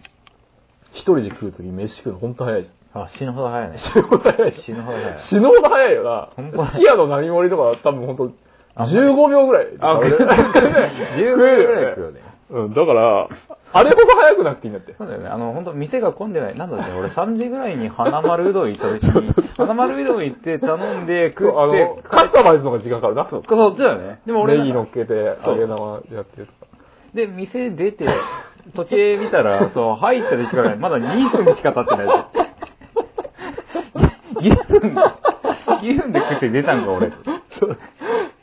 [SPEAKER 1] 一人で食うとき飯食うのほんと早いじゃん。
[SPEAKER 2] あ、 死ぬほど早いね。
[SPEAKER 1] 死ぬほど早いじゃん。
[SPEAKER 2] 死ぬほど早い。
[SPEAKER 1] 死ぬほど早いよな。
[SPEAKER 2] ほんと
[SPEAKER 1] スキヤの並盛りとか多分ほんと、
[SPEAKER 2] あ
[SPEAKER 1] 15秒ぐらいで
[SPEAKER 2] あ、
[SPEAKER 1] 食べれる。
[SPEAKER 2] 10ぐらいですよね。
[SPEAKER 1] うん、だから、あれほど早くなくていいんだって。
[SPEAKER 2] そうだよね。あの、本当店が混んでない。なんだっけ、俺3時ぐらいに花丸うどん行った時に、 花丸うどん行って頼んで
[SPEAKER 1] そ
[SPEAKER 2] 食
[SPEAKER 1] うあの
[SPEAKER 2] って、、
[SPEAKER 1] カスタマイズの方が時間かかるな。
[SPEAKER 2] そうそっちだよね。でも俺
[SPEAKER 1] ネ
[SPEAKER 2] なん
[SPEAKER 1] ギ
[SPEAKER 2] か
[SPEAKER 1] 乗っけて、揚げ生やってるとか。
[SPEAKER 2] で、店出て、時計見 たら、そう、入った時から、まだ2分しか経ってないぞ。2分、2分で食って出たんか、俺。
[SPEAKER 1] そう。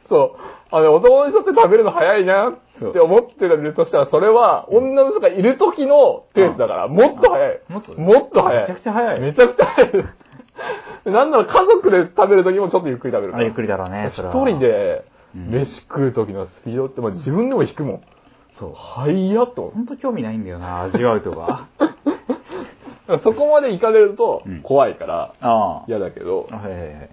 [SPEAKER 1] そう。あの、男の人って食べるの早いなって思ってるとしたら、それは、女の人がいる時のペースだから、もっと早い。
[SPEAKER 2] あもっと
[SPEAKER 1] もっと早い。
[SPEAKER 2] めちゃくちゃ早い
[SPEAKER 1] めちゃくちゃ早い。なんなら家族で食べる時もちょっとゆっくり食べるか
[SPEAKER 2] あ
[SPEAKER 1] ら。
[SPEAKER 2] ゆっくりだろうね、それは。
[SPEAKER 1] 一人。で、
[SPEAKER 2] うん
[SPEAKER 1] 飯食う時のスピードって、まあ、自分でも引くもん。
[SPEAKER 2] そう。
[SPEAKER 1] はいやと。
[SPEAKER 2] ほんと興味ないんだよな、味わうと か。
[SPEAKER 1] そこまで行かれると
[SPEAKER 2] うん
[SPEAKER 1] 怖いから
[SPEAKER 2] ああ。
[SPEAKER 1] 嫌だけど、
[SPEAKER 2] あはいはいはい。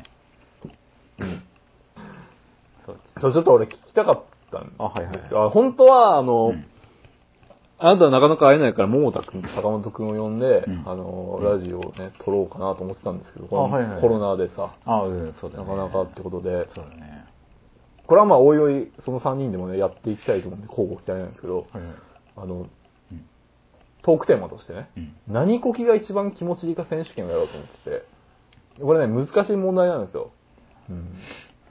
[SPEAKER 2] そう
[SPEAKER 1] そうちょっと俺聞きたかったんです
[SPEAKER 2] あはいはい
[SPEAKER 1] よあ本当は、あの、
[SPEAKER 2] うん
[SPEAKER 1] あなたはなかなか会えないから、桃田くんと坂本くんを呼んで、
[SPEAKER 2] うん
[SPEAKER 1] あの、ラジオをね、撮ろうかなと思ってたんですけど、この
[SPEAKER 2] あはいはい
[SPEAKER 1] コロナでさ、
[SPEAKER 2] あうん、そうだ
[SPEAKER 1] な
[SPEAKER 2] ね。
[SPEAKER 1] かなかってことで、
[SPEAKER 2] そうだね。
[SPEAKER 1] これはまあ、おいおい、その3人でもね、やっていきたいと思うんで、交互期待なんですけど、
[SPEAKER 2] はいはい。
[SPEAKER 1] あの
[SPEAKER 2] うん、
[SPEAKER 1] トークテーマとしてね、
[SPEAKER 2] うん。
[SPEAKER 1] 何こきが一番気持ちいいか選手権をやろうと思ってて、これね、難しい問題なんですよ。うん。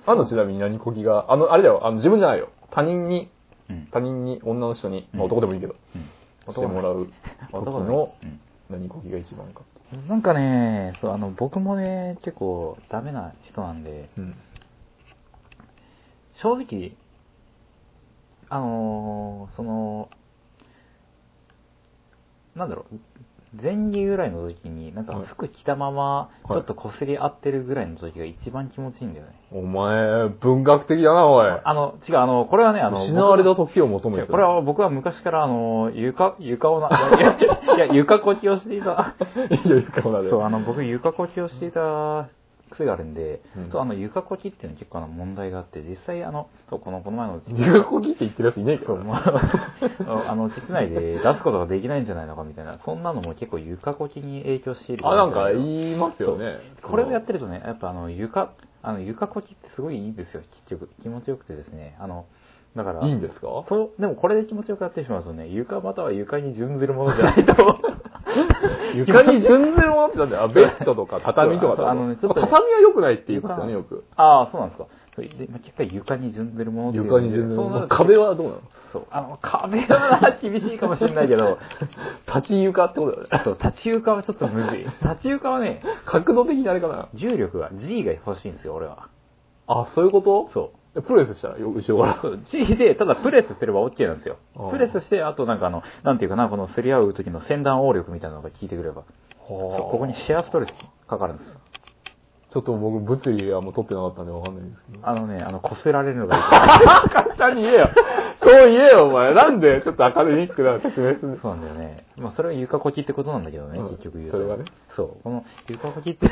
[SPEAKER 1] あのちなみに何こきが、あの、あれだよ、あの自分じゃないよ。他人に、
[SPEAKER 2] うん。
[SPEAKER 1] 他人に、女の人に、まあ
[SPEAKER 2] うん
[SPEAKER 1] 男でもいいけど、
[SPEAKER 2] うん
[SPEAKER 1] してもらう時
[SPEAKER 2] 男だね
[SPEAKER 1] の
[SPEAKER 2] うん
[SPEAKER 1] 何こきが一番か。
[SPEAKER 2] なんかね、そう、あの、僕もね、結構ダメな人なんで、
[SPEAKER 1] うん。
[SPEAKER 2] 正直、あのーその、なんだろう、前儀ぐらいの時に、なんか
[SPEAKER 1] はい
[SPEAKER 2] 服着たまま、ち
[SPEAKER 1] はい
[SPEAKER 2] ょっと擦り合ってるぐらいの時が一番気持ちいいんだよね。
[SPEAKER 1] お前、文学的だな、おい。
[SPEAKER 2] あの、違う、あの、これはね、あの、
[SPEAKER 1] 失われた
[SPEAKER 2] 僕
[SPEAKER 1] 時を求
[SPEAKER 2] い
[SPEAKER 1] め
[SPEAKER 2] や
[SPEAKER 1] て。
[SPEAKER 2] これは僕は昔から、あの、床、床をな、いや、いやいや床こきをしていた。
[SPEAKER 1] いや、いいかもなで。
[SPEAKER 2] そう、あの、僕、床こきをしていた癖があるんで、
[SPEAKER 1] うん
[SPEAKER 2] そう、あの、床こきっていうのは結構あの問題があって、実際、あの、そう、この、こ の前の、
[SPEAKER 1] 文学こきって言ってるやついねえけ
[SPEAKER 2] そ
[SPEAKER 1] どな。
[SPEAKER 2] う、まあ、あの、室内で出すことができないんじゃないのかみたいな、そんなのも結構床こきに影響してい る。
[SPEAKER 1] あ、なんか言いますよね。
[SPEAKER 2] これをやってるとね、やっぱあの、床、あの、床こきってすごいいいんですよ、結局。気持ちよくてですね、あの、だから、
[SPEAKER 1] いいんですか
[SPEAKER 2] そう、でもこれで気持ちよくやってしまうとね、床または床に準ずるものじゃな いと。
[SPEAKER 1] 床に順然もあって、だって、あ、ベッドとか畳とかだ
[SPEAKER 2] あのねちょっと
[SPEAKER 1] 畳は良くないって言いますよね、よく。
[SPEAKER 2] ああ、そうなんですか。そうでまあ、結果床に準ずるものっていうの
[SPEAKER 1] 床
[SPEAKER 2] で
[SPEAKER 1] に順然
[SPEAKER 2] そうな
[SPEAKER 1] も
[SPEAKER 2] ると
[SPEAKER 1] 壁はどうなの
[SPEAKER 2] そう。あの、壁は厳しいかもしれないけど、
[SPEAKER 1] 立ち床ってことだよね。
[SPEAKER 2] そう、立ち床はちょっとむずい。立ち床はね、
[SPEAKER 1] 角度的にあれかな。
[SPEAKER 2] 重力が、G が欲しいんですよ、俺は。
[SPEAKER 1] あ、そういうこと
[SPEAKER 2] そ
[SPEAKER 1] えプレスしたら、よ後ろから。
[SPEAKER 2] そう、G で、ただプレスすれば OK なんですよ
[SPEAKER 1] ああ。
[SPEAKER 2] プレスして、あとなんかあの、なんていうかな、このすり合う時の先端応力みたいなのが効いてくれば。そう、ここにシェアストレスかかるんですよ。
[SPEAKER 1] ちょっと僕、物理はもう取ってなかったんでわかんないんですけど。
[SPEAKER 2] あのね、あの、擦られるのが
[SPEAKER 1] 簡単に言えよ。 そう言えよ、お前。なんで、ちょっとアカデミックな説明する
[SPEAKER 2] いい。そうなんだよね。まあ、それが床こきってことなんだけどね、
[SPEAKER 1] うん
[SPEAKER 2] 結局言うと。
[SPEAKER 1] それがね。
[SPEAKER 2] そう、この床こきって。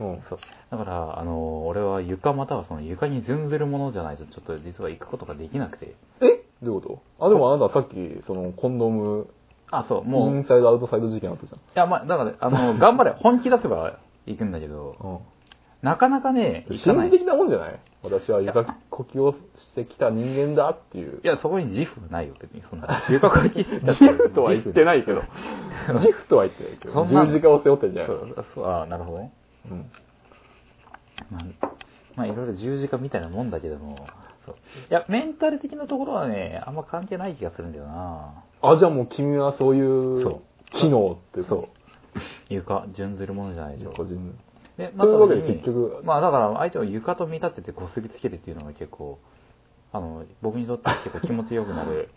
[SPEAKER 1] うん。
[SPEAKER 2] そう。だから、あの、俺は床またはその床に準ずるものじゃないと、ちょっと実は行くことができなくて。
[SPEAKER 1] えどういうことあ、でもあなたさっき、その、コンドーム、
[SPEAKER 2] あ、そう、
[SPEAKER 1] イ
[SPEAKER 2] もう、い
[SPEAKER 1] ンサイドアウトサイド事件あったじゃん。
[SPEAKER 2] や、まあ、だから、あの、頑張れ、本気出せば行くんだけど、なかなかね、行か
[SPEAKER 1] 心
[SPEAKER 2] な
[SPEAKER 1] 理
[SPEAKER 2] い。い
[SPEAKER 1] 的なもんじゃない私は床呼吸をしてきた人間だって いう。
[SPEAKER 2] や、そこに自負はないよ、別に。そんな。床こきしてたっ て
[SPEAKER 1] 自負とは言って
[SPEAKER 2] い。
[SPEAKER 1] ないけど。自負とは言ってないけ
[SPEAKER 2] そ
[SPEAKER 1] ど。
[SPEAKER 2] んな
[SPEAKER 1] 十字架を背負ってんじゃない
[SPEAKER 2] そ
[SPEAKER 1] の
[SPEAKER 2] う、そう、あなるほどね。
[SPEAKER 1] うん。
[SPEAKER 2] まあ、まあ、いろいろ十字架みたいなもんだけども、そう。いや、メンタル的なところはね、あんま関係ない気がするんだよな
[SPEAKER 1] あ、じゃあもう君はそうい
[SPEAKER 2] そう
[SPEAKER 1] う機能って
[SPEAKER 2] そう。床、準ずるものじゃないでしょ。
[SPEAKER 1] 個人
[SPEAKER 2] で、
[SPEAKER 1] というわけで
[SPEAKER 2] また
[SPEAKER 1] 結局
[SPEAKER 2] まあだから相手を床と見立ててこすりつけるっていうのが結構、あの、僕にとっては結構気持ちよくなる。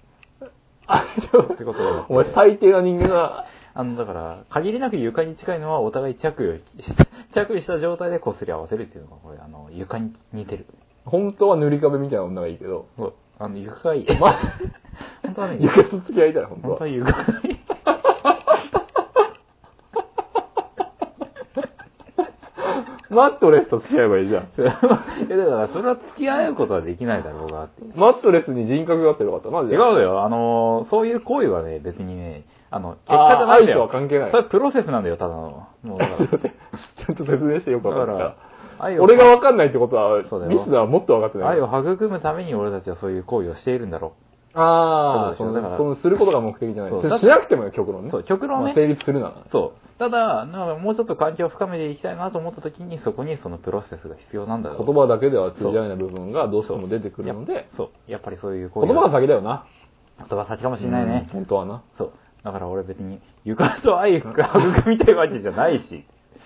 [SPEAKER 1] あ、ちょっ
[SPEAKER 2] ってことだ
[SPEAKER 1] とお前最低な人間だ
[SPEAKER 2] あの、だから、限りなく床に近いのはお互い着衣した、 着衣した状態でこすり合わせるっていうのが、これ、あの、床に似てる。
[SPEAKER 1] な。本当は塗り壁みたいな女がいいけど。
[SPEAKER 2] そう。あの、床がいい。
[SPEAKER 1] ま、
[SPEAKER 2] 本当はね、
[SPEAKER 1] 床と付き合 いたい、本当
[SPEAKER 2] 本当
[SPEAKER 1] は
[SPEAKER 2] は。床がいい。
[SPEAKER 1] マットレスと付き合えばいいじゃん。
[SPEAKER 2] いやだから、それは付き合うことはできないだろうがって。
[SPEAKER 1] マットレスに人格があってよかったな、
[SPEAKER 2] 違う
[SPEAKER 1] う。
[SPEAKER 2] よ。あの、そういう行為はね、別にね、あの、結
[SPEAKER 1] あー
[SPEAKER 2] 果じゃないんだよ。
[SPEAKER 1] 愛とは関係ない
[SPEAKER 2] それはプロセスなんだよ、ただの。 もうだから、
[SPEAKER 1] ちゃんと説明してよか
[SPEAKER 2] だか
[SPEAKER 1] った
[SPEAKER 2] ら。愛を
[SPEAKER 1] 俺が分かんないってことは
[SPEAKER 2] そうだ、よ
[SPEAKER 1] リスナーはもっと分かってない
[SPEAKER 2] 愛。を育むために俺たちはそういう行為をしているんだろ
[SPEAKER 1] ああ、そ
[SPEAKER 2] そうだから
[SPEAKER 1] の、その、することが目的じゃな
[SPEAKER 2] そう
[SPEAKER 1] い。しなくてもよ、極論
[SPEAKER 2] う。
[SPEAKER 1] ね。
[SPEAKER 2] そう、極論
[SPEAKER 1] まあ
[SPEAKER 2] ね。
[SPEAKER 1] 成立するなら。
[SPEAKER 2] そう。ただ、なんかもうちょっと関係を深めていきたいなと思った時に、そこにそのプロセスが必要なんだろう。
[SPEAKER 1] 言葉だけでは通じ合えない部分がどうしても出てくるので、
[SPEAKER 2] そう。やっぱりそういう行
[SPEAKER 1] 言
[SPEAKER 2] 為
[SPEAKER 1] 葉が先だよな。
[SPEAKER 2] 言葉が先かもしれないね
[SPEAKER 1] うん。本当はな。
[SPEAKER 2] そう。だから俺別に、床と愛を育みたいわけじゃないし。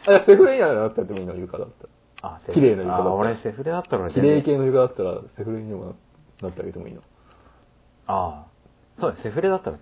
[SPEAKER 1] あいやセフレにならなってもいいの、床だった
[SPEAKER 2] あ
[SPEAKER 1] 綺麗な床だった
[SPEAKER 2] あ俺セフレだったら
[SPEAKER 1] ら。綺麗。系の床だったら、セフレにもなってあげてもいいの。
[SPEAKER 2] ああ。そうだ、セフレだったら。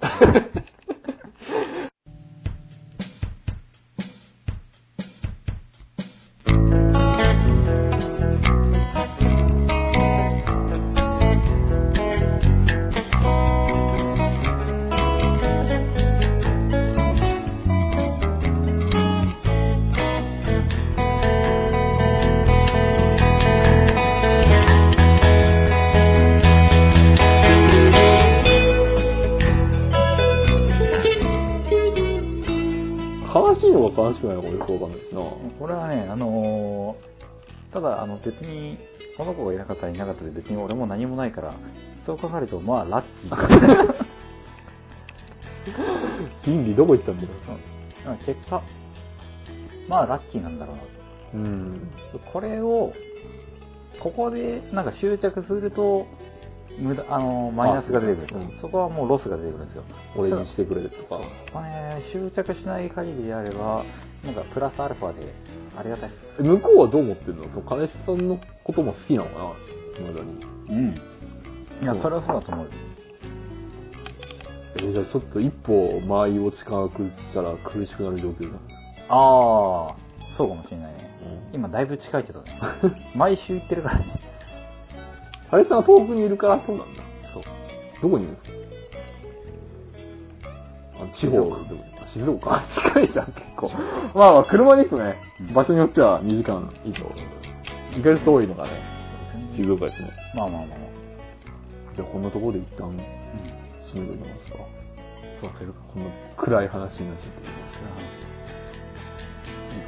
[SPEAKER 1] 悲しいのか悲しくないのかよくわかんないしな。
[SPEAKER 2] これはね、あのーただ、あの、別に、この子がいなかったらいなかったで、別に俺も何もないから、そう考えると、まあ、ラッキー。
[SPEAKER 1] 倫理どこ行ったんだよ。
[SPEAKER 2] うん結果、まあ、ラッキーなんだろうなと。
[SPEAKER 1] うん。
[SPEAKER 2] これをここでなんか執着すると無駄あのマイナスが出てくる、
[SPEAKER 1] うん
[SPEAKER 2] そこはもうロスが出てくるんですよ
[SPEAKER 1] 俺にしてくれとか。
[SPEAKER 2] まあね、執着しない限りであればなんかプラスアルファでありがたい
[SPEAKER 1] 向こうはどう思ってんのその彼氏さんのことも好きなのかなまだに。
[SPEAKER 2] うんいや
[SPEAKER 1] そう
[SPEAKER 2] それはそうだと思う
[SPEAKER 1] えじゃあちょっと一歩間合いを近くしたら苦しくなる状況だ。
[SPEAKER 2] ああそうかもしれないね
[SPEAKER 1] うん
[SPEAKER 2] 今だいぶ近いけ どね毎週行ってるからね
[SPEAKER 1] 彼氏さんは遠くにいるからそうなんだ。
[SPEAKER 2] そう
[SPEAKER 1] どこにいるんですかあ地方でもあ静岡近いじゃん結構まあまあ車で行くとね
[SPEAKER 2] うん
[SPEAKER 1] 場所によっては2時間以上意外と遠いのがね静岡ですね
[SPEAKER 2] まあまあまあまあ、
[SPEAKER 1] じゃあこんなところで一旦
[SPEAKER 2] うん、
[SPEAKER 1] 締めときますか
[SPEAKER 2] そうするか
[SPEAKER 1] こんな暗い話になっちゃっていい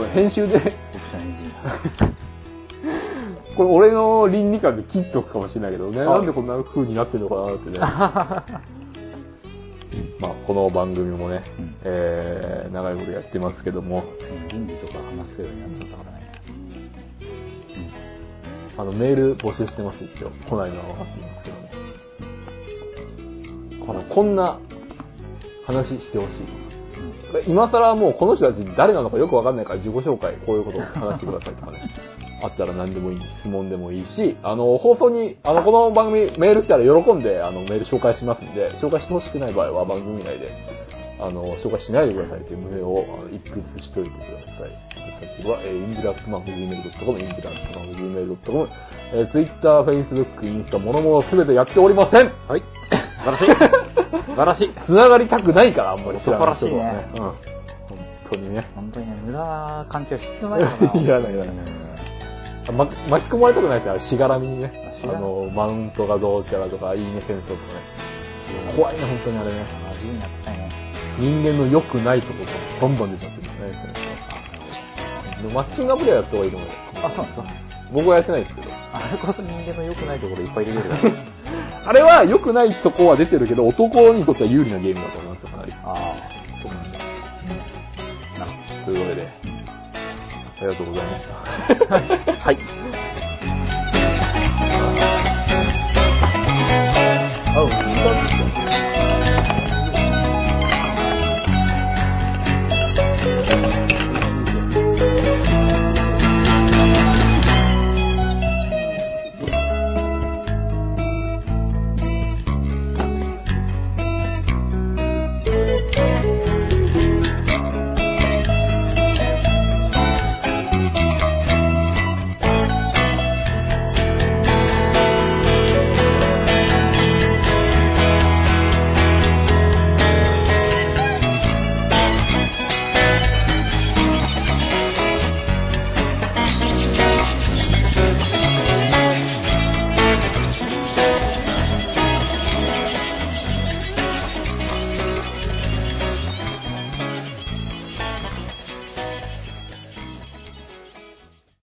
[SPEAKER 1] かなこれ編集で
[SPEAKER 2] 僕じゃ
[SPEAKER 1] これ俺の倫理観で切っとくかもしれないけどね
[SPEAKER 2] はい
[SPEAKER 1] なんでこんな風になってるのかなって ねまあこの番組もね、
[SPEAKER 2] うん
[SPEAKER 1] えー長いことやってますけども
[SPEAKER 2] 倫理とか話すようになっちゃったからね。
[SPEAKER 1] あの、メール募集してます、一応。来ないのは分かっていますけどね。この、こんな話してほしいとか。今更もうこの人たち誰なのかよく分かんないから自己紹介、こういうことを話してくださいとかね。 あったら何でもいいんで、質問でもいいし、あの、放送に、あの、この番組メール来たら喜んで、あの、メール紹介しますんで、紹介してほしくない場合は番組内で、あの、紹介しないでくださいという旨をあの一筆しておいてください。先は、えー、インディラットマーク Gmail.com、インディラットマーク Gmail.com、えー、Twitter、Facebook、インスタ、ものものすべてやっておりません
[SPEAKER 2] はい。素晴らしい。素晴らしい。
[SPEAKER 1] 繋がりたくないから、あんまり知らない人とは
[SPEAKER 2] 男らしいね
[SPEAKER 1] うん。本当にね。
[SPEAKER 2] 本当にね、無駄な環境必要ないからな。
[SPEAKER 1] いらないいらない
[SPEAKER 2] い。
[SPEAKER 1] あま、巻き込まれたくないし、あのしがらみにね
[SPEAKER 2] あ。し
[SPEAKER 1] あ
[SPEAKER 2] がらみ
[SPEAKER 1] の、マウントがどうちゃらとか、いいね戦争とかね。怖いね、本当にあれね。
[SPEAKER 2] マジになってたいね。
[SPEAKER 1] 人間の良くないところがバンバン出ちゃってるんですね。でもマッチングアプリはやった方がいいと思うよ。
[SPEAKER 2] あ、そうなんですか。
[SPEAKER 1] 僕はやってないですけど。
[SPEAKER 2] あれこそ人間の良くないところいっぱい出てるから。
[SPEAKER 1] あれは良くないとこは出てるけど、男にとっては有利なゲームだと思いますよ、かなり。
[SPEAKER 2] ああ、そうなんだ。なる
[SPEAKER 1] というわけで、ありがとうございました。
[SPEAKER 2] ほどはい。
[SPEAKER 1] Oh,